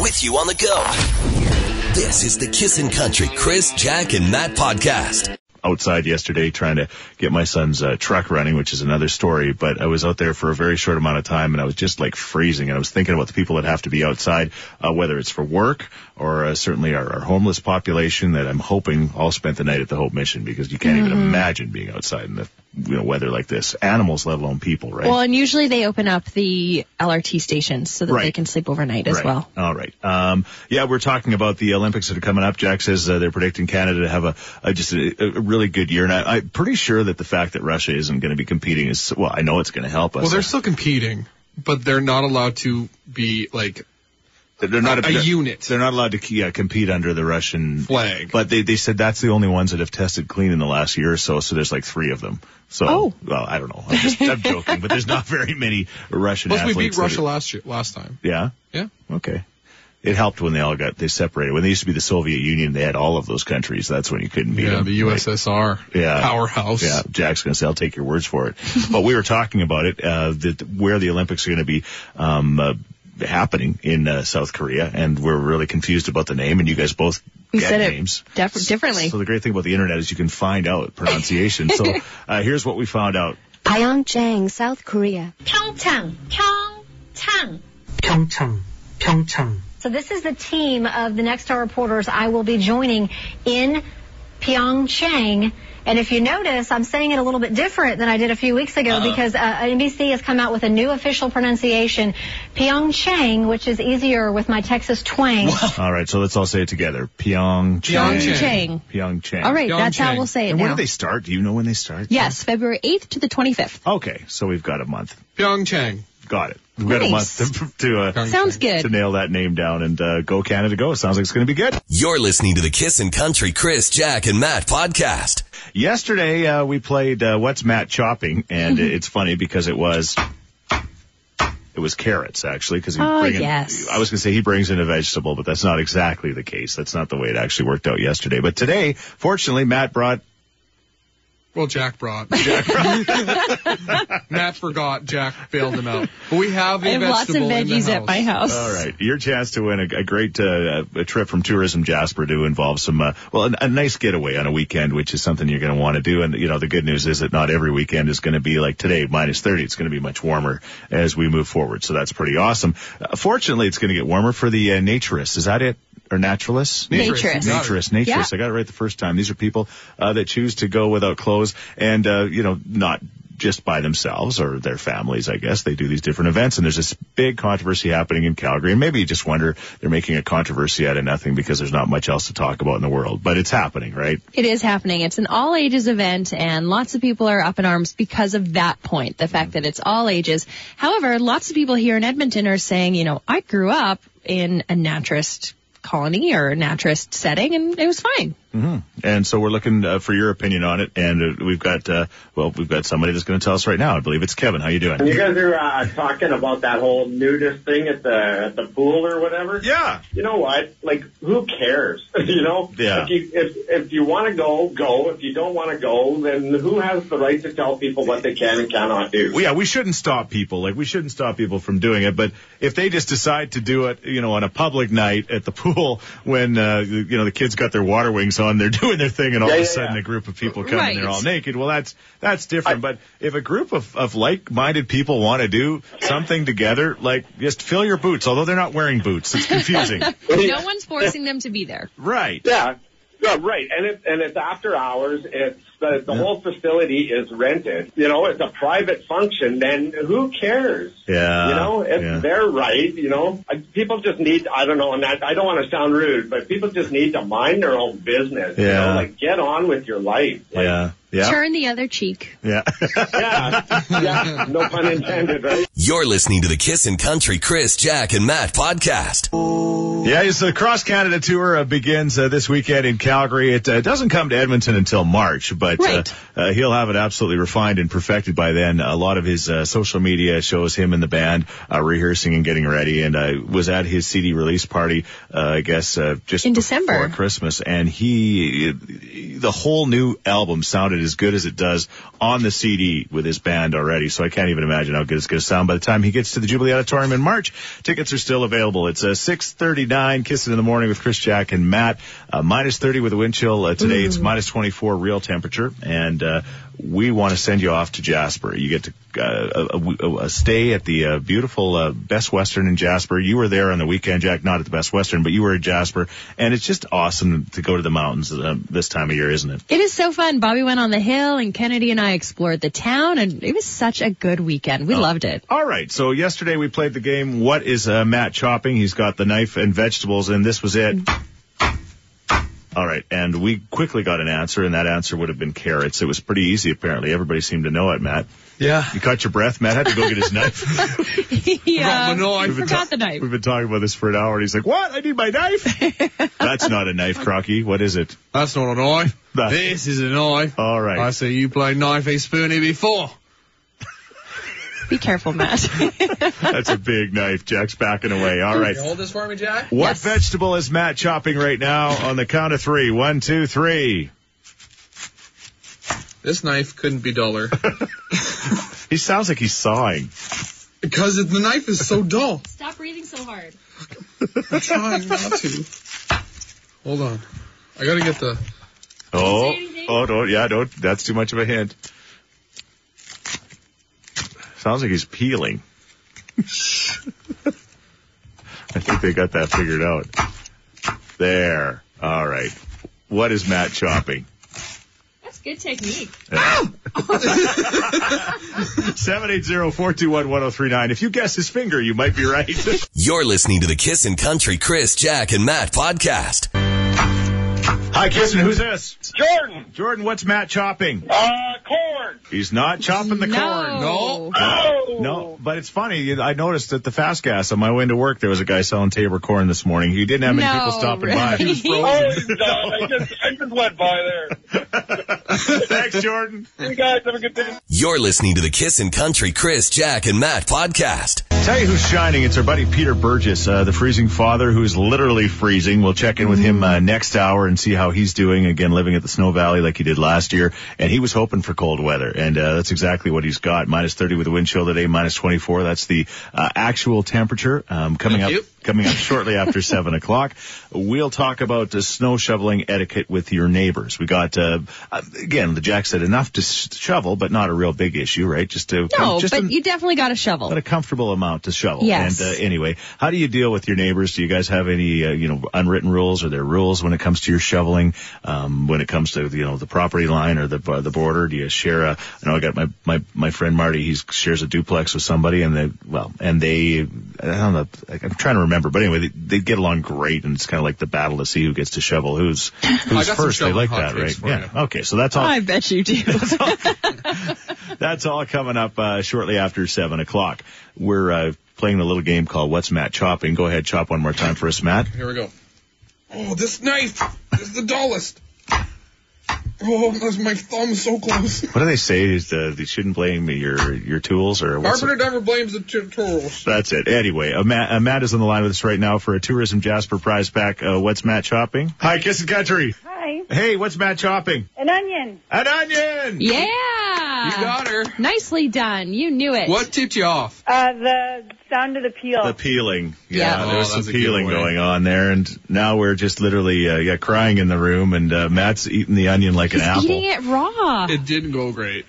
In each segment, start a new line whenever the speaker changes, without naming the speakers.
with you on the go. This is the Kissin' Country Chris, Jack, and Matt podcast.
outside yesterday trying to get my son's uh, truck running, which is another story. But I was out there for a very short amount of time, and I was just like freezing. And I was thinking about the people that have to be outside, uh, whether it's for work or uh, certainly our, our homeless population. That I'm hoping all spent the night at the Hope Mission because you can't even imagine being outside in the you know weather like this. Animals, let alone people, right?
Well, and usually they open up the LRT stations so that they
Right.
can sleep overnight as
Right.
well.
All right. Um, yeah, we're talking about the Olympics that are coming up. Jack says uh, they're predicting Canada to have a, a just a, a really good year, and I, I'm pretty sure that the fact that Russia isn't going to be competing is well, I know it's going to help us.
Well, they're still competing, but they're not allowed to be like
They're not
a
they're-
unit.
They're not allowed to yeah, compete under the Russian
Flag.
But they they said that's the only ones that have tested clean in the last year or so. So there's like three of them. So
Oh.
well, I don't know. I'm just I'm joking, but there's not very many Russian
Plus, we
athletes.
beat
that are-
Russia last year, last time.
Yeah.
Yeah.
Okay. It helped when they all got they separated. When they used to be the Soviet Union, they had all of those countries. That's when you couldn't beat
Yeah,
them.
the USSR.
Yeah.
Powerhouse.
Yeah, Jack's going to say, I'll take your words for it. but we were talking about it, uh, that where the Olympics are going to be, um, uh, happening in uh, South Korea, and we're really confused about the name, and you guys both
We
get
said it
names.
def- differently.
So the great thing about the internet is you can find out pronunciation. so uh, here's what we found out.
Pyeongchang, South Korea.
평창, 평창.
평창, 평창.
So this is the team of the Next Star reporters I will be joining in Pyeongchang. And if you notice, I'm saying it a little bit different than I did a few weeks ago
Uh-huh.
because uh, NBC has come out with a new official pronunciation, Pyeongchang, which is easier with my Texas twang.
All right, so let's all say it together. Pyeongchang.
Chang.
Pyeongchang.
All right, that's how
Pyeongchang.
we'll say it
And when
now.
do they start? Do you know when they start?
yes, February 8th to the 25th.
Okay, so we've got a month.
Pyeongchang.
Got it. We've got a
Nice.
month to, to uh,
Pyeongchang.
Sounds
to
good.
nail that name down and uh, go Canada go. Sounds like it's going to be good.
You're listening to the Kissin' Country Chris, Jack, and Matt podcast.
Yesterday uh, we played uh, What's Matt Chopping, and it's funny because it was. It was carrots, actually, because he
Ah,
Oh,
bring in-
yes.
I was going to say he brings in a vegetable, but that's not exactly the case. That's not the way it actually worked out yesterday. But today, fortunately, Matt brought
Well, Jack brought. Matt forgot. Jack bailed him out. But we have a
I have lots of
vegetable in the Uh,
veggies at my house.
All right, your chance to win a, a great uh, a trip from Tourism Jasper to involve some uh, well, a, a nice getaway on a weekend, which is something you're going to want to do. And you know, the good news is that not every weekend is going to be like today, minus 30. It's going to be much warmer as we move forward, so that's pretty awesome. Uh, fortunately, it's going to get warmer for the uh, naturists. Is that it? Or naturalists?
Naturist.
Naturist, naturist.
Yeah.
I got it right the first time. These are people uh, that choose to go without clothes and, uh, you know, not just by themselves or their families, I guess. They do these different events and there's this big controversy happening in Calgary. And maybe you just wonder they're making a controversy out of nothing because there's not much else to talk about in the world, but it's happening, right?
It is happening. It's an all ages event and lots of people are up in arms because of that point, the
Mm-hmm.
fact that it's all ages. However, lots of people here in Edmonton are saying, you know, I grew up in a naturist colony or a naturist setting and it was fine.
And so we're looking uh, for your opinion on it. And uh, we've got, uh, well, we've got somebody that's going to tell us right now. I believe it's Kevin. How you doing?
And you guys are uh, talking about that whole nudist thing at the at the pool or whatever.
Yeah.
You know what? Like, who cares? you know.
Yeah.
If you if, if you want to go, go. If you don't want to go, then who has the right to tell people what they can and cannot do?
Well, yeah, we shouldn't stop people. Like we shouldn't stop people from doing it. But if they just decide to do it, you know, on a public night at the pool when uh, you know the kids got their water wings on, they're doing their thing, and all
Yeah,
of a
yeah,
sudden
yeah.
a group of people come and they're
Right.
all naked. Well, that's that's different. but if a group of, of like-minded people want to do something together, like just fill your boots, although they're not wearing boots. It's confusing.
No one's forcing them to be there.
right.
Yeah. Yeah, right. And it, and it's after hours. It's the, the whole facility is rented. You know, it's a private function. Then who cares?
Yeah,
You know, it's
Uh, yeah.
their right. You know, I, people just need. I don't know. And I, I don't want to sound rude, but people just need to mind their own business. You
Yeah.
know, like get on with your life. Like,
Yeah. Yeah.
Turn the other cheek.
Yeah.
yeah. yeah. No pun intended, right?
You're listening to the Kissin' Country Chris, Jack, and Matt podcast.
Yeah, it's the Cross Canada Tour uh, begins uh, this weekend in Calgary. It uh, doesn't come to Edmonton until March, but
Right.
uh, uh, he'll have it absolutely refined and perfected by then. A lot of his uh, social media shows him and the band uh, rehearsing and getting ready. And I was at his CD release party, uh, I guess, uh, just
In
before
December.
Christmas, and he the whole new album sounded as good as it does on the CD with his band already. So I can't even imagine how good it's going to sound by the time he gets to the Jubilee Auditorium in March. Tickets are still available. It's uh, 6:39 Kissing in the Morning with Chris Jack and Matt. Uh, minus 30 with a wind chill uh, today. It's minus 24 real temperature and. Uh, we want to send you off to Jasper. You get to uh, a, a, a stay at the uh, beautiful uh, Best Western in Jasper. You were there on the weekend, Jack, not at the Best Western, but you were at Jasper, and it's just awesome to go to the mountains uh, this time of year, isn't it?
It is so fun. Bobby went on the hill and Kennedy and I explored the town and it was such a good weekend.
Oh.
We loved it.
All right. So yesterday we played the game. What is uh, Matt chopping? He's got the knife and vegetables, and this was it. All right, and we quickly got an answer, and that answer would have been carrots. It was pretty easy, apparently. Everybody seemed to know it, Matt.
Yeah.
You caught your breath. Matt had to go get his knife.
He, uh,
Well, no, I
he
forgot
forgot the knife.
We've been talking about this for an hour, and he's like, "What? I need my knife." That's not a knife, Crocky. What is it?
That's not an eye.
That-
This is an eye.
All right.
I see you play knifey spoony before.
Be careful, Matt.
That's a big knife. Jack's backing away. All right.
hold this for me, Jack?
What
Yes.
vegetable is Matt chopping right now on the count of three? One, two, three.
This knife couldn't be duller.
He sounds like he's sawing.
because the knife is so dull.
Stop breathing so hard.
I'm trying not to. Hold on. I gotta get the.
Oh,
say anything?
oh, don't, yeah, don't. That's too much of a hint. Sounds like he's peeling. I think they got that figured out. There. All right. What is Matt chopping?
That's good technique.
780-421-1039. If you guess his finger, you might be right.
You're listening to the Kissin' Country Chris, Jack, and Matt podcast.
Hi, Kirsten. Who's this?
Jordan,
Jordan, what's Matt chopping?
uh, corn.
He's not chopping the corn.
No.
Oh.
No, but it's funny. I noticed at the fast gas on my way into work, there was a guy selling Tabor corn this morning. He didn't have many
No,
people stopping
really?
by.
Oh, I just, I just went Oh, by there.
Thanks, Jordan.
You guys have a good day.
You're listening to the Kissin' Country Chris, Jack, and Matt podcast.
Tell you who's shining. It's our buddy Peter Burgess, uh, the freezing father who's literally freezing. We'll check in with him
Mm.
uh, next hour and see how he's doing. Again, living at the Snow Valley like he did last year. And he was hoping for cold weather. And uh, that's exactly what he's got. Minus 30 with the wind chill today, minus 24. That's the uh, actual temperature um, coming
Thank
up.
you.
coming up shortly after seven o'clock. We'll talk about uh, snow shoveling etiquette with your neighbors. We got uh, uh, again, the Jack said enough to s- shovel, but not a real big issue, right? Just to
No,
just
but
a,
you definitely got a shovel.
but a comfortable amount to shovel.
Yes.
And uh, anyway, how do you deal with your neighbors? Do you guys have any, uh, you know, unwritten rules? Are there rules when it comes to your shoveling? Um, when it comes to, you know, the property line or the uh, the border, do you share a? I know I got my my my friend Marty. He shares a duplex with somebody, and they well, and they I don't know. I'm trying to remember, but anyway, they, they get along great, and it's kind of like the battle to see who gets to shovel who's who's
some
first. They
shoveling
like that,
hotcakes
right?
for
Yeah. Okay, so that's all.
I bet you do.
That's all coming up uh, shortly after seven o'clock. We're uh, playing a little game called "What's Matt Chopping." Go ahead, chop one more time for us, Matt.
Here we go. Oh, this knife is the dullest. Oh, that's my thumb so close.
What do they say? Is uh, they shouldn't blame your your tools or what's
Carpenter never blames the t- tools.
That's it. Anyway, uh, Matt, uh, Matt is on the line with us right now for a Tourism Jasper prize pack. Uh, what's Matt chopping? Hi, Kiss and Country.
Hi,
Hey, what's Matt chopping?
an onion.
An onion.
yeah.
her.
Nicely done. You knew it.
What tipped you off?
Uh, the sound of the peel.
The peeling.
Oh. Yeah.
there was
Oh,
some
that's a
peeling
giveaway.
going on there, and now we're just literally uh, yeah crying in the room, and uh, Matt's eating the onion like an apple.
Eating it raw.
It didn't go great.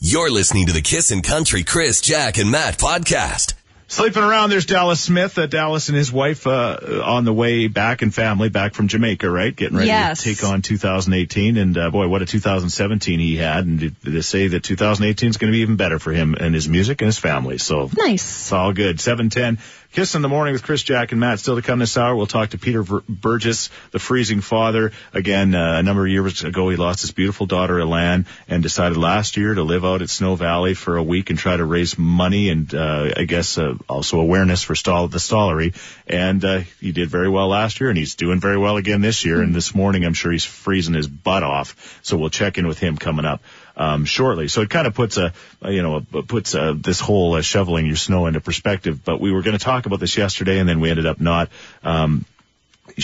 You're listening to the Kissin' Country Chris, Jack, and Matt podcast.
Sleeping around, there's Dallas Smith. Uh, Dallas and his wife uh, on the way back and family back from Jamaica, right? Getting ready
Yes.
to take on 2018. And uh, boy, what a 2017 he had. And to- to say that 2018 is going to be even better for him and his music and his family. So
nice.
it's all good. 710. Kiss in the morning with Chris Jack and Matt. Still to come this hour, we'll talk to Peter Ver- Burgess, the freezing father. Again, uh, a number of years ago, he lost his beautiful daughter, Elan, and decided last year to live out at Snow Valley for a week and try to raise money and, uh, I guess, uh, also awareness for stall- the stallery. And uh, he did very well last year, and he's doing very well again this year. And this morning, I'm sure he's freezing his butt off. So we'll check in with him coming up um, shortly. So it kind of puts a, a, you know, a, puts uh this whole uh, shoveling your snow into perspective. But we were going to talk about this yesterday, and then we ended up not. Um,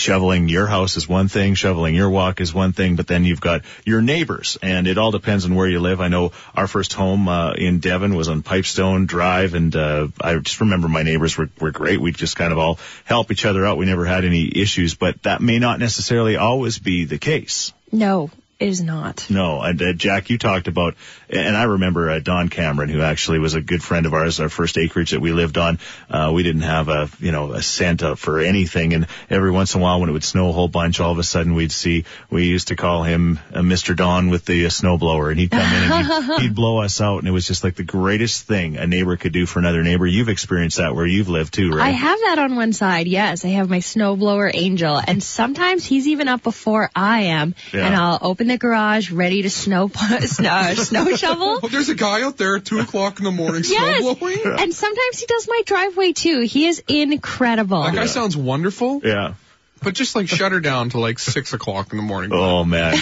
shoveling your house is one thing, shoveling your walk is one thing, but then you've got your neighbors, and it all depends on where you live. I know our first home uh, in Devon was on Pipestone Drive, and uh, I just remember my neighbors were, were great. We'd just kind of all help each other out. We never had any issues, but that may not necessarily always be the case.
No, it is not.
No, and uh, Jack, you talked about, and I remember uh, Don Cameron, who actually was a good friend of ours. Our first acreage that we lived on, uh, we didn't have a you know a cent up for anything, and every once in a while, when it would snow a whole bunch, all of a sudden we'd see. We used to call him uh, Mr. Don with the uh, snowblower, and he'd come in and he'd, he'd blow us out, and it was just like the greatest thing a neighbor could do for another neighbor. You've experienced that where you've lived too, right?
I have that on one side, yes. I have my snowblower angel, and sometimes he's even up before I am,
Yeah.
and I'll open the garage ready to snow snow, uh, snow shovel.
Oh, there's a guy out there at two o'clock in the morning
Yes.
snow blowing.
And sometimes he does my driveway too. He is incredible.
That guy sounds wonderful,
Yeah.
but just like shut her down to like six o'clock in the morning.
Oh man.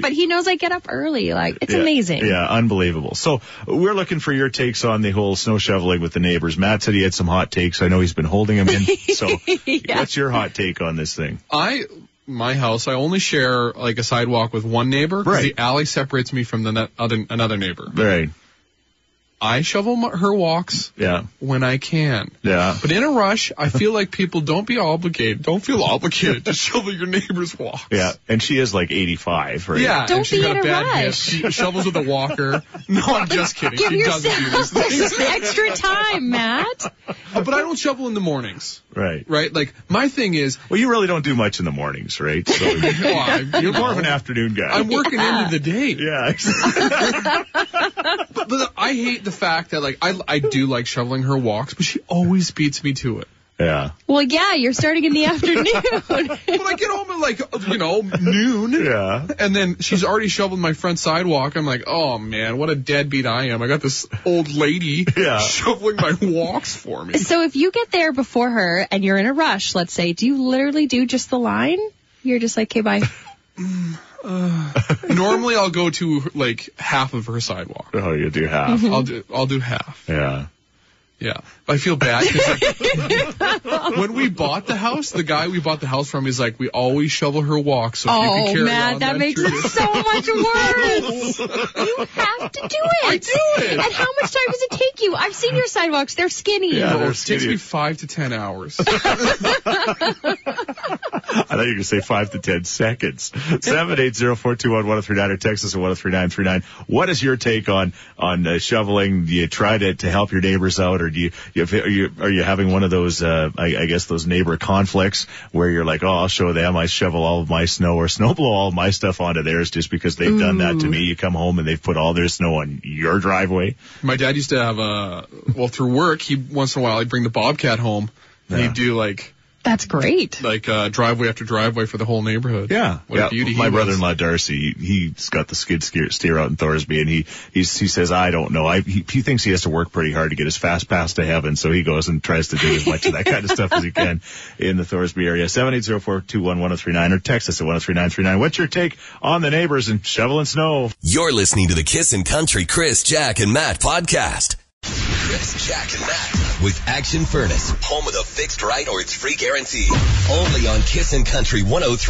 but he knows I get up early. Like it's
Yeah,
amazing.
Yeah, unbelievable. So we're looking for your takes on the whole snow shoveling with the neighbors. Matt said he had some hot takes. I know he's been holding them in. So what's your hot take on this thing?
I my house I only share like a sidewalk with one neighbor 'cause
Right.
the alley separates me from the ne- other another neighbor.
Right.
I shovel my, her walks
Yeah.
when I can.
Yeah.
But in a rush, I feel like people don't be obligated. Don't feel obligated to shovel your neighbor's walks.
Yeah. And she is like 85, right?
Yeah,
Don't
and she
be
got
in
a
a
bad hip.
rush.
She shovels with a walker. No, I'm just kidding.
Give
she doesn't do
yourself
these things.
some extra time, Matt.
But I don't shovel in the mornings,
Right.
right? Like my thing is,
Well, you really don't do much in the mornings, right? So
oh, I,
you're more of an afternoon guy.
I'm working into the day.
yeah.
But, but I hate the fact that like I I do like shoveling her walks, but she always beats me to it.
yeah.
Well, yeah, you're starting in the afternoon.
But I get home at like you know noon.
Yeah.
And then she's already shoveled my front sidewalk. I'm like, oh man, what a deadbeat I am. I got this old lady
Yeah.
shoveling my walks for me.
so if you get there before her and you're in a rush, let's say, do you literally do just the line? You're just like, okay, bye.
Normally I'll go to like half of her sidewalk. Mm-hmm.
Oh, you do half.
I'll do I'll do half.
Yeah.
Yeah. I feel bad 'cause, like, when we bought the house, the guy we bought the house from is like, we always shovel her walks. So if you can
Oh,
carry
Matt,
on
that makes
journey."
it so much worse. you have to do it. I do it. And how much time does it take you? I've seen your sidewalks; they're skinny.
Yeah,
Oh,
they're
it takes
skinny.
me five to ten hours.
I thought you were going to say five to ten seconds. Seven eight zero four two one one zero three nine or Texas at one zero three nine three nine. What is your take on on uh, shoveling? Do you try to to help your neighbors out, or do you, you are you are you having one of those uh, I, I guess those neighbor conflicts where you're like, oh, I'll show them, I shovel all of my snow or snow blow all of my stuff onto theirs just because they've done that to me. You come home and they've put all their snow on your driveway.
My dad used to have a well through work. He once in a while he'd bring the bobcat home and
Yeah.
he'd do like
That's great.
like uh, driveway after driveway for the whole neighborhood. what
yeah.
a beauty. he
My
was.
brother-in-law Darcy, he, he's got the skid steer, steer out in Thorsby, and he he's, he says, I don't know. I he, he thinks he has to work pretty hard to get his fast pass to heaven, so he goes and tries to do as much of that kind of stuff as he can in the Thorsby area. Seven eight zero four two one one zero three nine or text us at one zero three nine three nine. What's your take on the neighbors and shoveling snow?
You're listening to the Kissin' Country Chris, Jack, and Matt podcast. Chris, Jack, and Matt with Action Furnace, home of the fixed right or its free guarantee. Only on Kissin' Country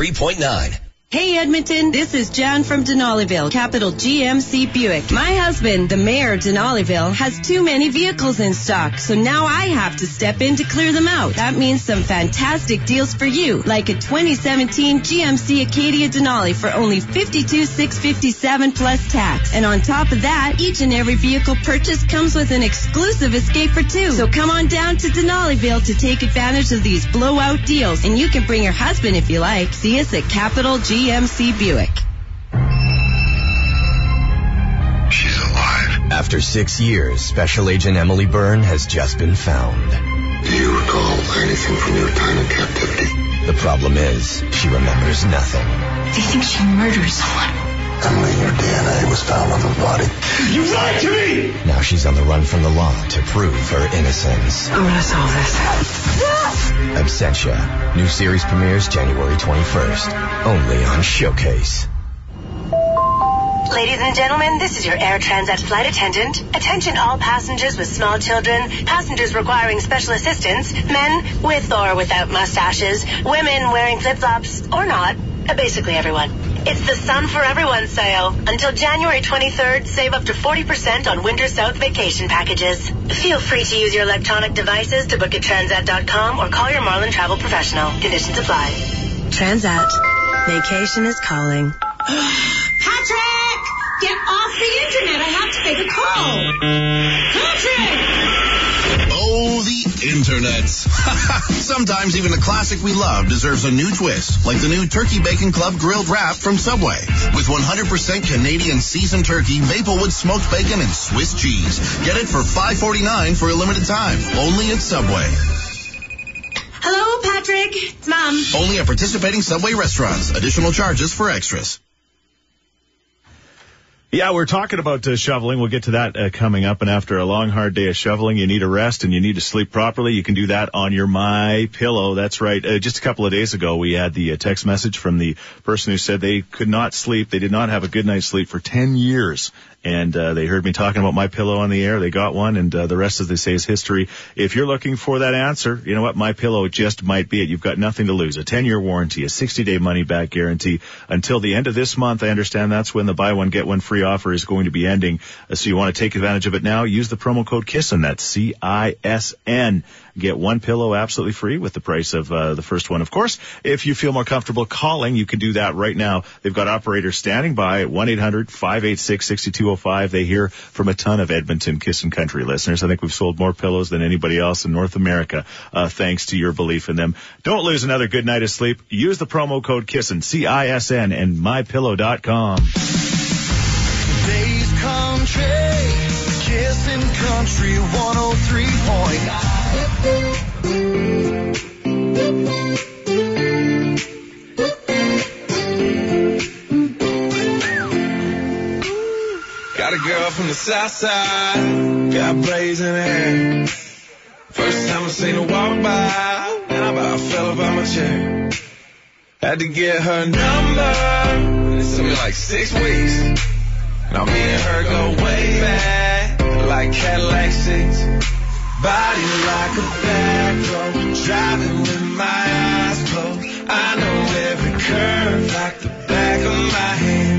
103.9.
Hey Edmonton, this is John from Denaliville, capital GMC Buick. My husband, the mayor of Denaliville, has too many vehicles in stock, so now I have to step in to clear them out. That means some fantastic deals for you, like a 2017 GMC Acadia Denali for only 52,657 plus tax. And on top of that, each and every vehicle purchase comes with an exclusive escape for two. So come on down to Denaliville to take advantage of these blowout deals, and you can bring your husband if you like. See us at Capital GMC Buick.
She's alive.
After six years, Special Agent Emily Byrne has just been found.
Do you recall anything from your time in captivity?
The problem is, she remembers nothing.
They think she murdered someone.
Emily, your DNA was found on the body. You lied to me!
Now she's on the run from the law to prove her innocence.
I'm gonna solve this.
Absentia. New series premieres January 21st. Only on Showcase.
Ladies and gentlemen, this is your Air Transat flight attendant. Attention all passengers with small children, passengers requiring special assistance, men with or without mustaches, women wearing flip-flops or not, uh, basically everyone. It's the Sun for Everyone sale. Until January 23rd, save up to 40% on Winter South vacation packages. Feel free to use your electronic devices to book at transat.com or call your Marlin travel professional. Conditions apply.
Transat. Vacation is calling.
Patrick! Get off the internet. I have to take a call. Patrick!
Oh, the internet. Sometimes even a classic we love deserves a new twist, like the new Turkey Bacon Club grilled wrap from Subway. With 100% Canadian seasoned turkey, Maplewood smoked bacon, and Swiss cheese. Get it for $5.49 for a limited time, only at Subway.
Hello, Patrick. It's Mom.
Only at participating Subway restaurants. Additional charges for extras.
Yeah, we're talking about uh, shoveling. We'll get to that uh, coming up. And after a long, hard day of shoveling, you need a rest and you need to sleep properly. You can do that on your My Pillow. That's right. Uh, just a couple of days ago, we had the uh, text message from the person who said they could not sleep. They did not have a good night's sleep for 10 years. And uh, they heard me talking about My Pillow on the air. They got one, and uh, the rest, as they say, is history. If you're looking for that answer, you know what? My Pillow just might be it. You've got nothing to lose. A 10-year warranty, a 60-day money-back guarantee until the end of this month. I understand that's when the buy one get one free offer is going to be ending. Uh, So you want to take advantage of it now? Use the promo code KISSN. That's C-I-S-N. Get one pillow absolutely free with the price of uh, the first one. Of course, if you feel more comfortable calling, you can do that right now. They've got operators standing by at 1-800-586-6205. They hear from a ton of Edmonton Kiss and Country listeners. I think we've sold more pillows than anybody else in North America, uh, thanks to your belief in them. Don't lose another good night of sleep. Use the promo code KISSN, C-I-S-N, and mypillow.com.
Days Country, Kissin' Country 103.9.
Got a girl from the south side, got blazing hair. First time I seen her walk by, and I about fell off my chair. Had to get her number, and it took me like six weeks. Now me and her go way back, like Cadillac seats. Body like a back road, driving with my eyes closed. I know every curve like the back of my hand.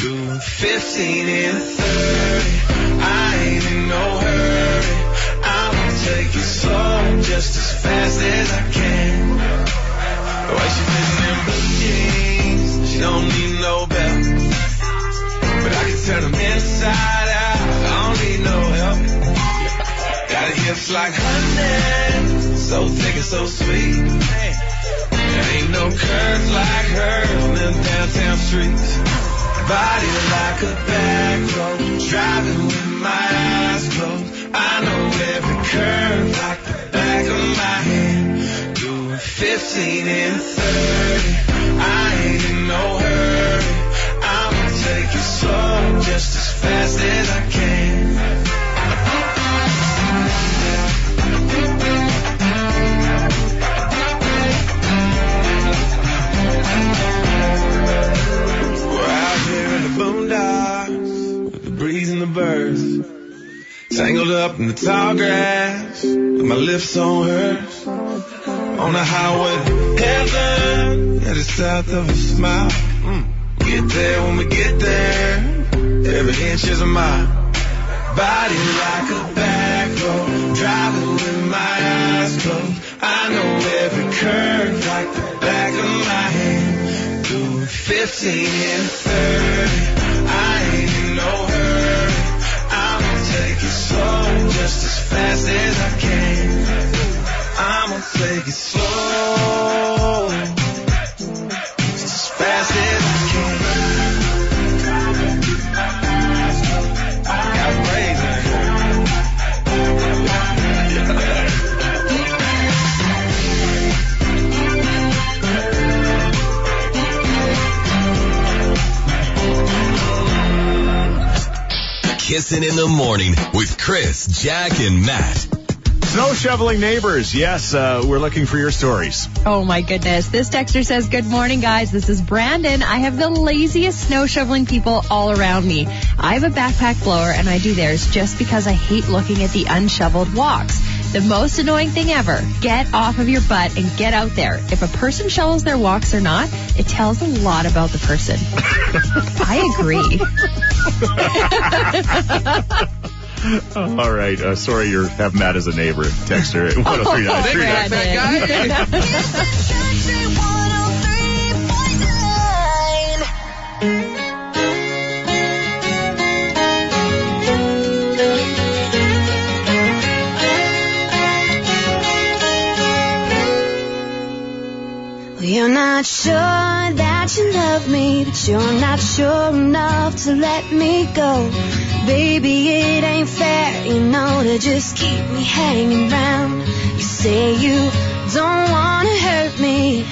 Doing 15 and 30, I ain't in no hurry. I'ma take it slow, just as fast as I can. The way she fits in blue jeans, she don't need no belt. But I can turn them inside out, I don't need no help. Got a hips like honey, so thick and so sweet. There ain't no curves like hers on them downtown streets. Body like a back road, driving with my eyes closed. I know every curve like the back of my hand. Doing 15 and 30, I ain't in no hurry. I'ma take it slow, just as fast as I can. We're out here in the boondocks with the breeze and the birds. Tangled up in the tall grass with my lips on hers. On the highway to heaven that is south of a smile. Mm. Get there when we get there. Every inch is a mile. Body like a back road, driving with my eyes closed. I know every curve like the back of my hand. Doing 15 and 30, I ain't in no hurry. I'ma take it slow, just as fast as I can. I'ma take it slow, just as fast as I can. Got blazing.
Kissin' in the morning with Chris, Jack, and Matt.
Snow shoveling neighbors. Yes, uh, we're looking for your stories.
Oh my goodness. This texter says, Good morning, guys. This is Brandon. I have the laziest snow shoveling people all around me. I have a backpack blower and I do theirs just because I hate looking at the unshoveled walks. The most annoying thing ever. Get off of your butt and get out there. If a person shovels their walks or not, it tells a lot about the person. I agree.
All right. Uh, sorry you have Matt as a neighbor. Text her at 1039.
Brandon.
Well, You're not sure that you love me, but you're not sure enough to let me go. Baby, it ain't fair, you know, to just keep me hanging round. You say you don't wanna hurt me,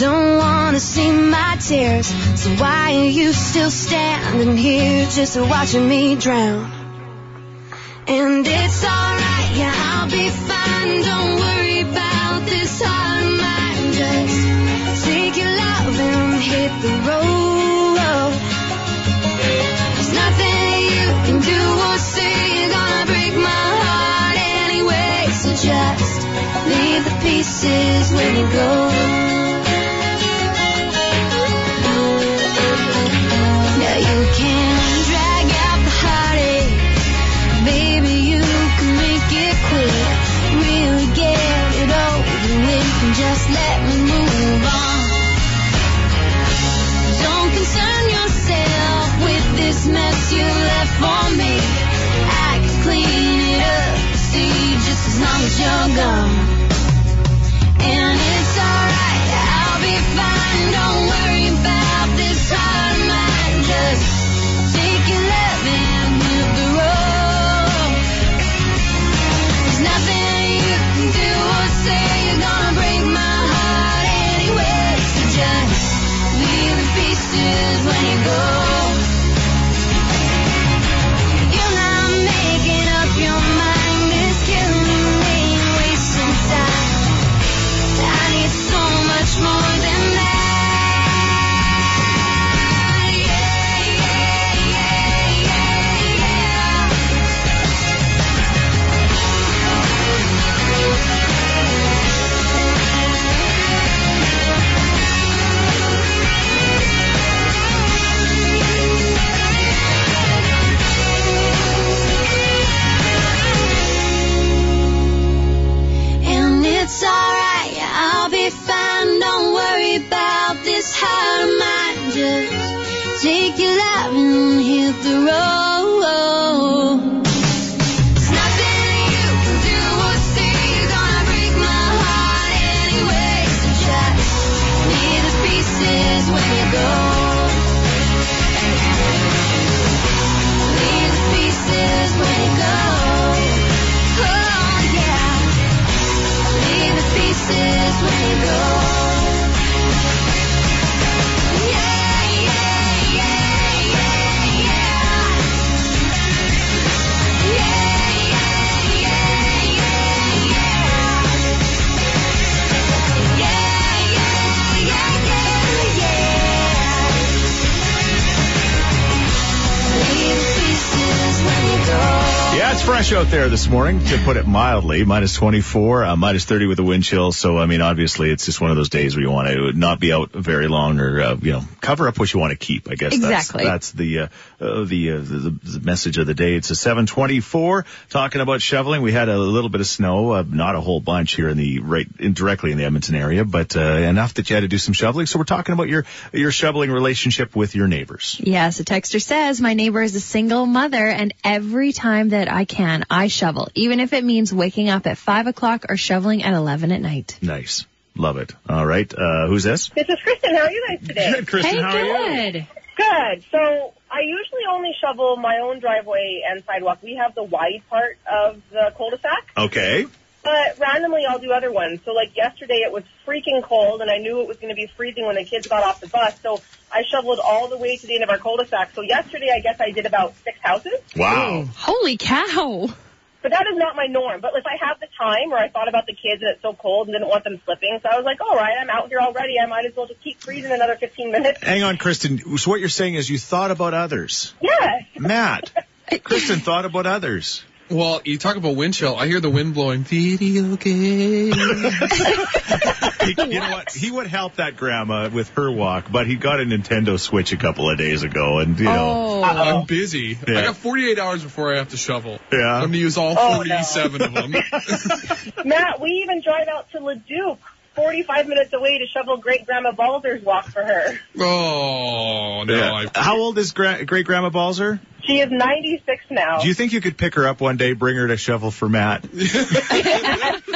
don't wanna see my tears. So why are you still standing here just watching me drown? And it's alright, yeah, I'll be fine. Don't worry about this heart of mine. Just take your love and hit the road. There's nothing you can do or say. You're gonna break my heart anyway. So just leave the pieces when you go. Now you can drag out the heartache. Baby, you can make it quick. Really get it over with and just let me move on. Don't concern yourself with this mess you left for me. I can clean it up, see, just as long as you're gone. And it's alright, I'll be fine. Don't worry about this heart of mine. Just take your love and hit the road. There's nothing you can do or say. You're gonna break my heart anyway. So just leave the pieces when you go. You're not making up your mind. It's killing me, wasting time. I need so much more than that. Yeah, yeah, yeah, yeah, yeah. And it's alright, I'll be fine. Don't worry about this heart of mine. Just take your love and hit the road. There's nothing you can do or say. You're gonna break my heart anyway. So just leave the pieces when you go. Leave the pieces when you go. Oh yeah. Leave the pieces when you go. Yeah, yeah, yeah, yeah, yeah. Yeah, yeah, yeah, yeah, yeah. Yeah, yeah, yeah, yeah, yeah. Leave the pieces when you go.
Yeah, it's fresh out there this morning, to put it mildly. Minus 24, uh, minus 30 with the wind chill. So, I mean, obviously, it's just one of those days where you want to not be out very long or, uh, you know, cover up what you want to keep. I guess
Exactly.
that's, that's the, uh, uh, the, uh, the, the message of the day. It's a 724 talking about shoveling. We had a little bit of snow, uh, not a whole bunch here in the right, in, directly in the Edmonton area, but, uh, enough that you had to do some shoveling. So we're talking about your, your shoveling relationship with your neighbors.
Yes, a texter says, My neighbor is a single mother, and every time that I can, I shovel, even if it means waking up at 5 o'clock or shoveling at 11 at night.
Nice. Love it. All right. Uh, who's this?
This is Kristen. How are you guys today?
Good, Kristen.
Hey,
How are you?
good.
Good. So I usually only shovel my own driveway and sidewalk. We have the wide part of the cul-de-sac,
Okay.
but randomly I'll do other ones. So like yesterday it was freaking cold and I knew it was going to be freezing when the kids got off the bus. So I shoveled all the way to the end of our cul-de-sac. So yesterday I guess I did about six houses.
Wow.
Holy cow.
But that is not my norm. But if I have the time or I thought about the kids and it's so cold and didn't want them slipping, so I was like, all right, I'm out here already. I might as well just keep freezing another 15 minutes.
Hang on, Kristen. So what you're saying is you thought about others.
Yeah.
Matt, Kristen thought about others.
Well, you talk about wind chill. I hear the wind blowing. Video game.
He, you know what? He would help that grandma with her walk, but he got a Nintendo Switch a couple of days ago, and you
Oh.
know.
I'm busy.
Yeah.
I got 48 hours before I have to shovel.
Yeah.
I'm going to use all
Oh,
47 of them.
Matt, we even drive out to Leduc, 45 minutes away to shovel Great Grandma Balder's walk for her.
Oh, no.
Yeah.
I,
How old is gra- great grandma Balzer?
She is 96 now.
Do you think you could pick her up one day, bring her to shovel for Matt?
look at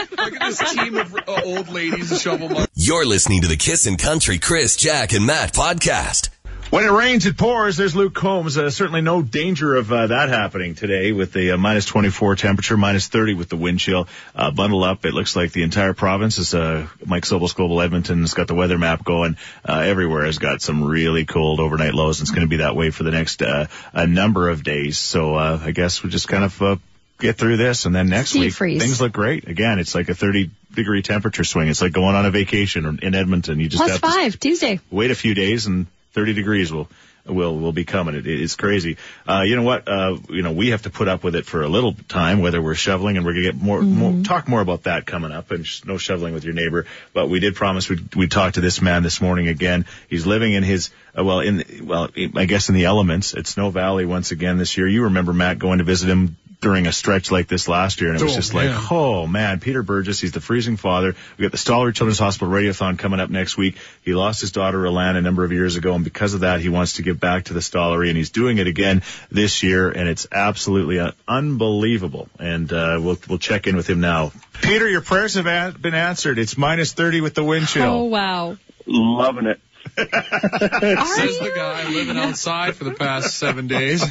this team of uh, old ladies and shovel monkeys.
You're listening to the Kissin' Country Chris, Jack, and Matt podcast.
When it rains, it pours. There's Luke Combs. Uh, certainly no danger of uh, that happening today with the uh, minus 24 temperature, minus 30 with the wind chill. Uh, bundle up. It looks like the entire province is, uh, Mike Sobel's Global Edmonton has got the weather map going. Uh, everywhere has got some really cold overnight lows. and It's going to be that way for the next uh, a number of days. So uh, I guess we just kind of uh, get through this. And then next
Sea
week,
freeze.
things look great. Again, it's like a 30 degree temperature swing. It's like going on a vacation in Edmonton. You just
Plus
have to
five, Tuesday.
wait a few days and 30 degrees will will will be coming. It, it's crazy. Uh, you know what? Uh, you know we have to put up with it for a little time, whether we're shoveling, and we're gonna get more, more talk more about that coming up. And sh- no shoveling with your neighbor, but we did promise we'd we talk to this man this morning again. He's living in his uh, well in well I guess in the elements at Snow Valley once again this year. You remember Matt going to visit him. During a stretch like this last year, and it was
Oh,
just
man.
like, Oh man, Peter Burgess, he's the freezing father. We got the Stoller Children's Hospital Radiothon coming up next week. He lost his daughter Alana a number of years ago, and because of that, he wants to give back to the Stollery, and he's doing it again this year, and it's absolutely uh, unbelievable. And uh, we'll we'll check in with him now. Peter, your prayers have a- been answered. It's minus thirty with the wind
Oh,
chill.
wow.
Loving it.
Says the guy living outside for the past seven days.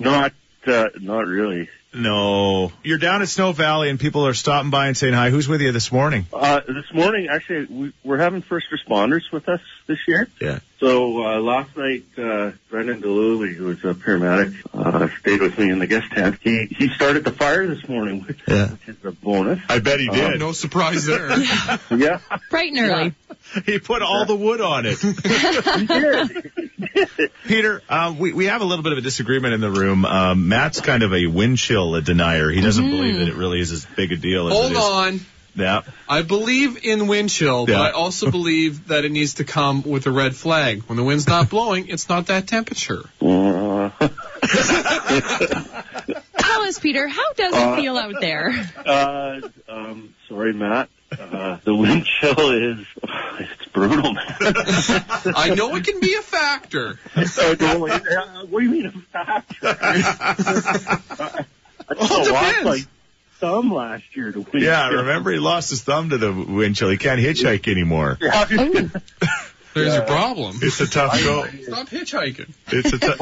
Not, uh, not really.
No, you're down at Snow Valley, and people are stopping by and saying hi. Who's with you this morning?
Uh, this morning, actually, we, we're having first responders with us this year.
Yeah.
So uh, last night, uh, Brendan Deluley, who is a paramedic, uh, stayed with me in the guest tent. He he started the fire this morning, which
Yeah.
is a bonus.
I bet he
did.
no surprise there.
Yeah,
Bright and early.
He put all the wood on it. Peter, uh, we, we have a little bit of a disagreement in the room. Um, Matt's kind of a wind chill denier. He
Mm-hmm.
doesn't believe that it really is as big a deal as
Hold
it is.
on.
Yeah.
I believe in wind chill, but
Yeah.
I also believe that it needs to come with a red flag. When the wind's not blowing, it's not that temperature.
Tell us, Peter, how does
Uh,
it feel out there?
Uh, um, sorry, Matt. Uh, the wind chill is it's brutal, man.
I know it can be a factor.
I don't like- uh, what do you mean a factor? I just
Well, it
lost
depends.
like some last year to wind
Yeah,
chill.
remember he lost his thumb to the wind chill. He can't hitchhike anymore.
Yeah.
There's your problem.
It's a tough go.
Stop hitchhiking.
It's a, t-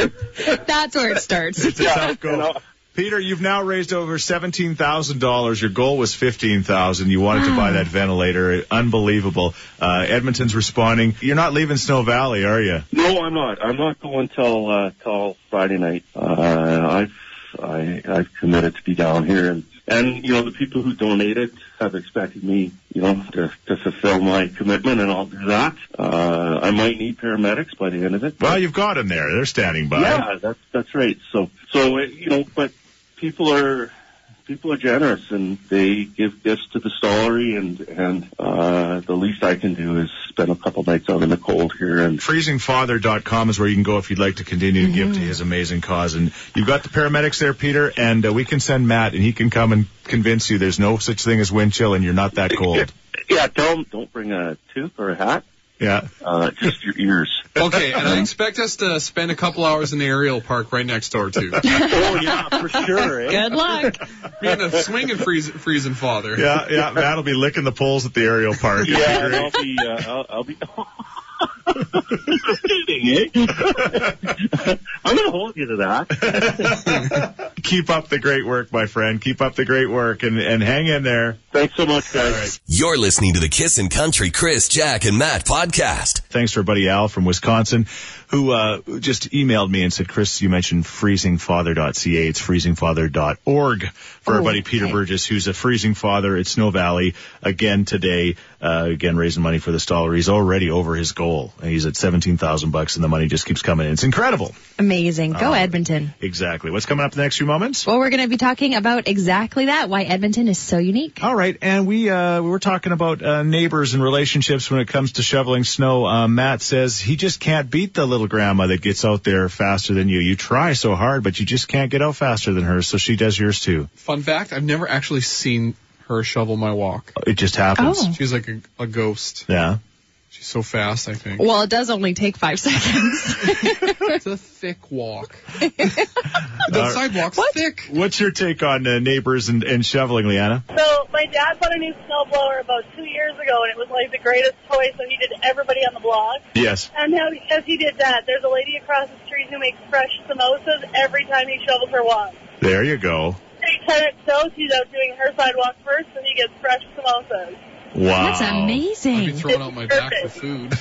it-
That's where it starts.
it's a tough go. Peter, you've now raised over seventeen thousand dollars. Your goal was fifteen thousand. You wanted to buy that ventilator. Unbelievable. Uh, Edmonton's responding. You're not leaving Snow Valley, are you?
No, I'm not. I'm not going till uh, till Friday night. Uh, I've I, I've committed to be down here, and and you know the people who donated have expected me, you know, to to fulfill my commitment, and I'll do that. Uh, I might need paramedics by the end of it.
Well, you've got him there. They're standing by.
Yeah, that's that's right. So so uh, you know, but people are people are generous and they give gifts to the stollery and and uh, the least I can do is spend a couple nights out in the cold here and
freezingfather.com is where you can go if you'd like to continue to give to his amazing cause. And you've got the paramedics there, Peter, and uh, we can send Matt, and he can come and convince you there's no such thing as wind chill and you're not that cold.
yeah, don't don't bring a tooth or a hat.
Yeah.
Uh, just your ears.
Okay, and I expect us to spend a couple hours in the aerial park right next door too.
oh yeah, for sure. Eh?
Good luck.
Being a swinging freeze, freezing father.
Yeah, yeah. Matt'll be licking the poles at the aerial park.
Yeah, and I'll be uh, I'll, I'll be. Just kidding, eh? I'm going to hold you to that.
Keep up the great work, my friend. Keep up the great work and, and hang in there.
Thanks so much, guys.
You're listening to the Kissin' Country Chris, Jack, and Matt podcast.
Thanks to our buddy Al from Wisconsin, who uh, just emailed me and said, Chris, you mentioned freezingfather.ca. It's freezingfather.org for
Oh,
our buddy Peter Burgess, who's a freezing father at Snow Valley again today. Uh, again, raising money for the staller. He's already over his goal. He's at 17,000 bucks and the money just keeps coming in. It's incredible.
Amazing. Go
Uh,
Edmonton.
Exactly. What's coming up in the next few moments?
Well, we're going to be talking about exactly that, why Edmonton is so unique.
All right, and we uh, we were talking about uh, neighbors and relationships when it comes to shoveling snow. Uh, Matt says he just can't beat the little grandma that gets out there faster than you. You try so hard, but you just can't get out faster than her, so she does yours too.
Fun fact, I've never actually seen her shovel my walk.
It just happens.
Oh.
She's like a, a ghost.
Yeah.
She's so fast, I think.
Well, it does only take five seconds.
it's a thick walk. The
Uh,
sidewalk's thick.
What's your take on uh, neighbors and, and shoveling, Leanna?
So my dad bought a new snowblower about two years ago, and it was like the greatest toy. So he did everybody on the block.
Yes.
And now because he did that, there's a lady across the street who makes fresh samosas every time he shovels her walk.
There you go.
Every time it snows, he's out doing her sidewalk first, and he gets fresh samosas.
Wow.
That's amazing.
I'd be throwing out my back for food.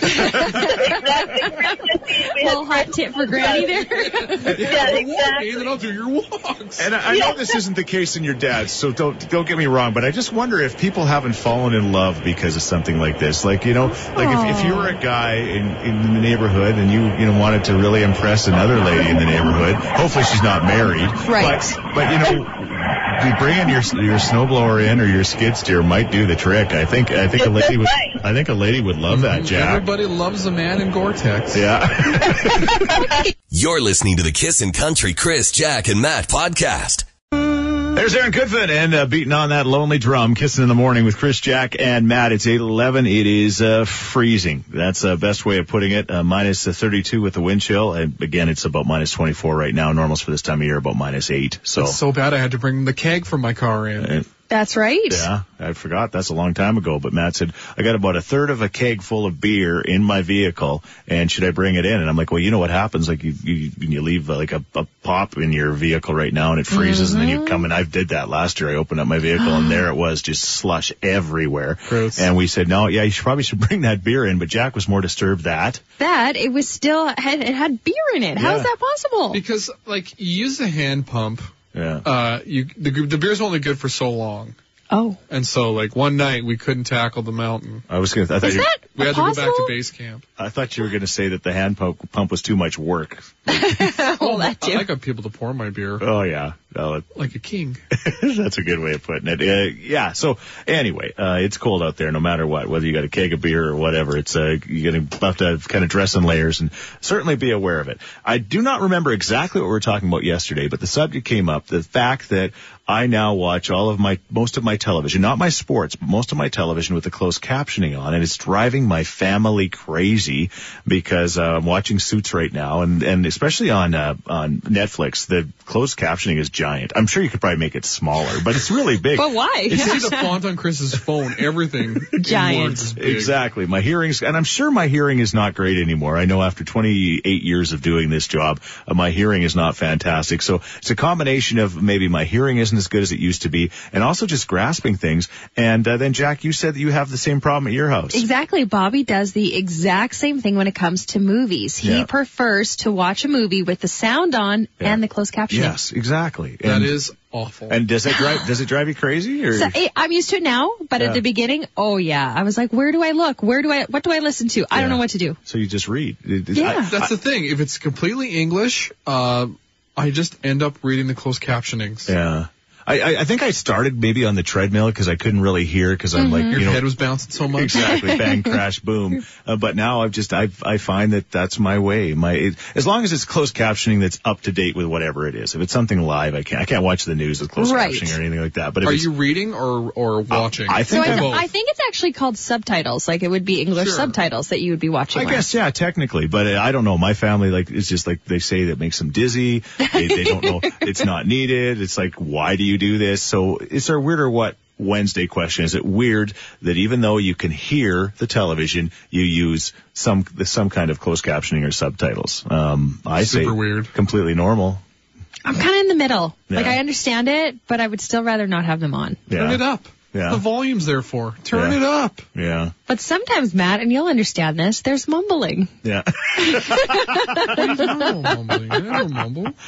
Little hot tip for Granny there.
Yeah,
Walk,
exactly.
eh? Then I'll do your walks.
And I, I know this isn't the case in your dad's, so don't don't get me wrong, but I just wonder if people haven't fallen in love because of something like this. Like you know, like if, if you were a guy in, in the neighborhood and you you know wanted to really impress another lady in the neighborhood, hopefully she's not married.
Right.
But, but you know, bringing your your snowblower in or your skid steer might do the trick. I think I think a lady would I think a lady would love that, Jack.
Mm-hmm. Everybody loves a man in Gore-Tex.
Yeah.
You're listening to the Kissin' Country Chris, Jack, and Matt podcast.
There's Aaron Goodfin and uh, beating on that lonely drum, kissing in the morning with Chris, Jack, and Matt. It's 8:11. It is uh, freezing. That's the best way of putting it. Uh, minus uh, 32 with the wind chill, and again, it's about minus 24 right now. Normals for this time of year about minus eight. So
It's so bad I had to bring the keg from my car in.
That's right.
yeah, I forgot. That's a long time ago. But Matt said I got about a third of a keg full of beer in my vehicle, and should I bring it in? And I'm like, well, you know what happens? Like you you, you leave uh, like a, a pop in your vehicle right now, and it freezes, and then you come and I did that last year. I opened up my vehicle, and there it was, just slush everywhere. And we said, no, yeah, you should probably should bring that beer in. But Jack was more disturbed that.
That it was still had, it had beer in it. How is
Yeah.
that possible?
Because like you use the hand pump,
yeah.
uh, you the, the beer's only good for so long,
Oh,
and so like one night we couldn't tackle the mountain.
I was gonna. I thought
Is
you,
that We had to go back to base camp.
I thought you were gonna say that the hand pump, pump was too much work.
well, that
I got people to pour my beer
Oh yeah. No, it-
like a king.
That's a good way of putting it. Uh, yeah. So anyway, uh, it's cold out there, no matter what. Whether you got a keg of beer or whatever, it's uh, you're gonna have to kind of dress in layers and certainly be aware of it. I do not remember exactly what we were talking about yesterday, but the subject came up: the fact that I now watch all of my most of my television, not my sports, but most of my television with the closed captioning on, and it's driving my family crazy because uh, I'm watching Suits right now, and and especially on uh, on Netflix, the closed captioning is giant. I'm sure you could probably make it smaller, but it's really big.
But why?
You see the font on Chris's phone, everything. in words is big.
Exactly. My hearing's, and I'm sure my hearing is not great anymore. I know after 28 years of doing this job, uh, my hearing is not fantastic. So it's a combination of maybe my hearing isn't as good as it used to be, and also just grasping things. And uh, then Jack, you said that you have the same problem at your house.
Exactly. Bobby does the exact same thing when it comes to movies. He
Yeah.
prefers to watch a movie with the sound on and the closed captioning.
Yes, exactly.
That
And-
is awful.
And does it drive does it drive you crazy or
So, eh, I'm used to it now, but
Yeah.
at the beginning, oh yeah, I was like, where do I look? Where do I? What do I listen to? I don't know what to do.
so you just read? It- it-
Yeah.
I-
That's the thing. If it's completely English, uh, I just end up reading the closed captionings.
Yeah. I, I, I think I started maybe on the treadmill because I couldn't really hear because I'm like,
Your
you know,
head was bouncing so much.
exactly, bang, crash, boom. Uh, but now I've just, I, I find that that's my way. My, it, as long as it's closed captioning that's up to date with whatever it is. If it's something live, I can't, I can't watch the news with closed
Right.
captioning or anything like that. But if
Are
it's, Uh,
you reading or or watching?
I
So
think
I,
I'm-
th- I think it's actually called subtitles. Like it would be English
Sure.
subtitles that you would be watching.
I
with.
guess yeah, technically, but uh, I don't know. My family like it's just like they say that makes them dizzy. They, they don't know it's not needed. It's like why do you do this? So is there weird or what? Wednesday question. Is it weird that even though you can hear the television, you use some some kind of closed captioning or subtitles? Um, I
Super
say
weird.
completely normal.
I'm kind of in the middle.
Yeah.
Like I understand it, but I would still rather not have them on.
Turn it up.
Yeah.
The volume's there for. Turn
Yeah.
it up.
Yeah.
But sometimes, Matt, and you'll understand this, there's mumbling.
Yeah.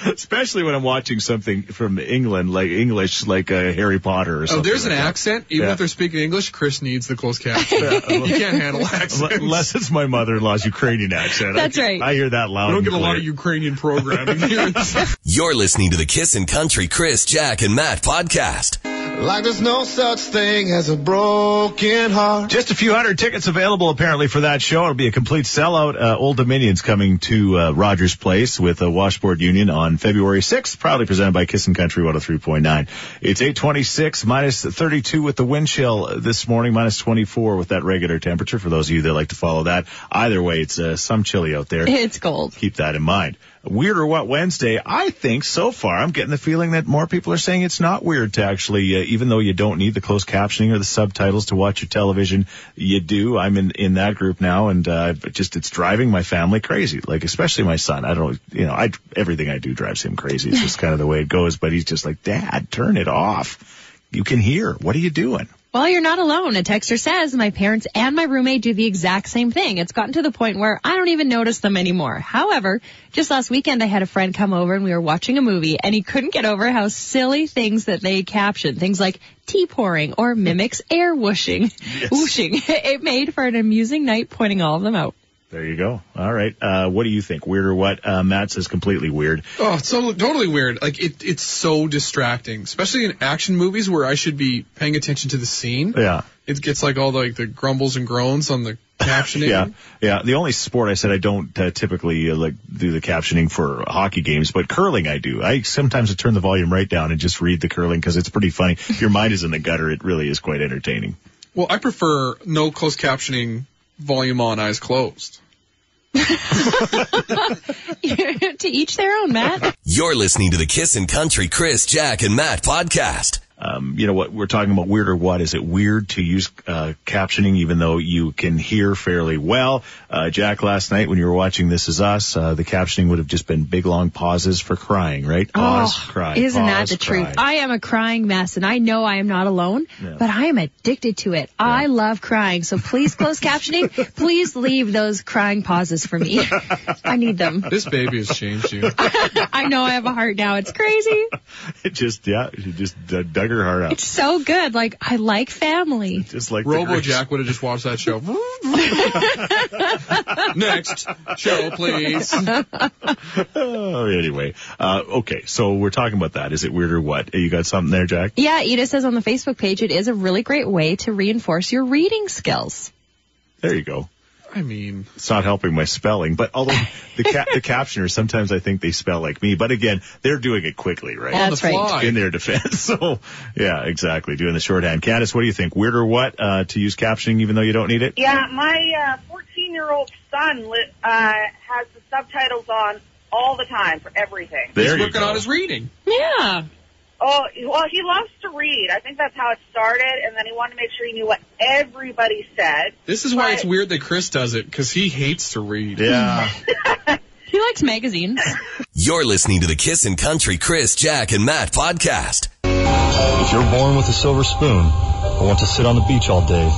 Especially when I'm watching something from England, like English, like uh, Harry Potter or
Oh,
something.
there's an
like that.
accent. Even
Yeah.
if they're speaking English, Chris needs the closed caption. You can't handle accents.
Unless it's my mother-in-law's Ukrainian accent.
That's
I,
right.
I hear that loud.
We don't
and
get a lot
clear.
of Ukrainian programming here.
You're listening to the Kissin' Country Chris, Jack, and Matt podcast.
Like there's no such thing as a broken heart.
Just a few hundred tickets available apparently for that show. It'll be a complete sellout. Uh, Old Dominion's coming to uh, Rogers Place with a washboard union on February 6th, proudly presented by Kissin' Country 103.9. It's 826 minus 32 with the wind chill uh, this morning, minus 24 with that regular temperature for those of you that like to follow that. Either way, it's uh, some chilly out there.
It's cold.
Keep that in mind. Weird or what Wednesday? I think so far I'm getting the feeling that more people are saying it's not weird to actually, uh, even though you don't need the closed captioning or the subtitles to watch your television, you do. I'm in in that group now, and uh, but just it's driving my family crazy. Like especially my son. I don't, you know, I everything I do drives him crazy. It's just kind of the way it goes. But he's just like, Dad, turn it off. You can hear. What are you doing?
Well, you're not alone. A texter says my parents and my roommate do the exact same thing. It's gotten to the point where I don't even notice them anymore. However, just last weekend I had a friend come over and we were watching a movie and he couldn't get over how silly things that they captioned, things like tea pouring or mimics air whooshing, whooshing. It made for an amusing night pointing all of them out.
There you go. All right. Uh, what do you think? Weird or what? Uh, Matt says completely weird.
Oh, it's so totally weird. Like it, it's so distracting, especially in action movies where I should be paying attention to the scene.
Yeah.
It gets like all the, like the grumbles and groans on the captioning.
Yeah, yeah. The only sport I said I don't uh, typically uh, like do the captioning for hockey games, but curling I do. I sometimes turn the volume right down and just read the curling because it's pretty funny. If your mind is in the gutter, it really is quite entertaining.
Well, I prefer no closed captioning, volume on, eyes closed.
to each their own, Matt.
You're listening to the Kissin' Country Chris, Jack, and Matt podcast.
Um, you know what we're talking about? Weird or what? Is it weird to use uh, captioning even though you can hear fairly well? Uh, Jack, last night when you were watching This Is Us, uh, the captioning would have just been big long pauses for crying, right? Pause, cry.
Oh, Isn't that
pause,
the
cry.
truth? I am a crying mess and I know I am not alone, but I am addicted to it. I love crying. So please close captioning. Please leave those crying pauses for me. I need them.
This baby has changed you.
I know I have a heart now. It's crazy.
It just yeah, she just uh, dug her heart out.
It's so good. Like I like family.
Just like the
Robo
Greeks.
Jack would have just watched that show. Next show, please.
Oh, anyway, uh, okay, so we're talking about that. Is it weird or what? You got something there, Jack?
Yeah, Ida says on the Facebook page it is a really great way to reinforce your reading skills.
There you go.
I mean,
It's not helping my spelling, but although the ca- the captioners sometimes I think they spell like me, but again, they're doing it quickly, right?
On the That's right. fly.
In their defense, so yeah, exactly, doing the shorthand. Candice, what do you think? Weird or what? Uh, to use captioning even though you don't need it?
Yeah, my uh, 14-year-old son li- uh, has the subtitles on all the time for everything.
There
He's
you
working
go.
on his reading.
Yeah.
Oh, well, he loves to read. I think that's how it started, and then he wanted to make sure he knew what everybody said.
This is why it's weird that Chris does it because he hates to read. Hmm.
Yeah.
He likes magazines.
You're listening to the Kissin' Country Chris, Jack, and Matt podcast.
If you're born with a silver spoon and want to sit on the beach all day,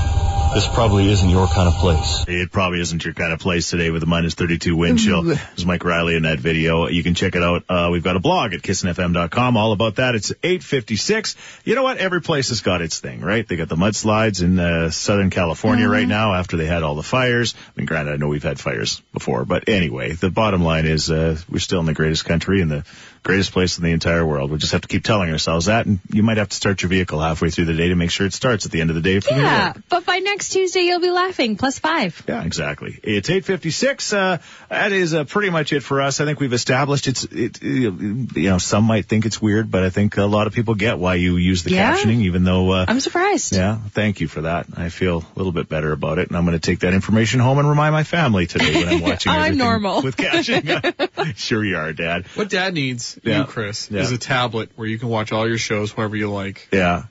this probably isn't your kind of place.
It probably isn't your kind of place today with a minus 32 wind chill. It was Mike Riley in that video. You can check it out. Uh, we've got a blog at kissinfm.com all about that. It's 856. You know what? Every place has got its thing, right? They got the mudslides in uh, Southern California right now after they had all the fires. I mean, granted, I know we've had fires before, but anyway, the bottom line is uh, we're still in the greatest country and the greatest place in the entire world. We just have to keep telling ourselves that, and you might have to start your vehicle halfway through the day to make sure it starts at the end of the day. From New York.
Yeah. But by next Tuesday you'll be laughing. Plus five.
Yeah, exactly. It's 8:56. Uh, that is uh, pretty much it for us. I think we've established it's. It, you know, some might think it's weird, but I think a lot of people get why you use the
Yeah.
captioning, even though. Uh,
I'm surprised.
Yeah, thank you for that. I feel a little bit better about it, and I'm going to take that information home and remind my family today when I'm watching.
I'm
everything
normal.
with captioning. sure you are, Dad.
What dad needs,
Yeah.
you, Chris,
Yeah.
is a tablet where you can watch all your shows wherever you like.
Yeah.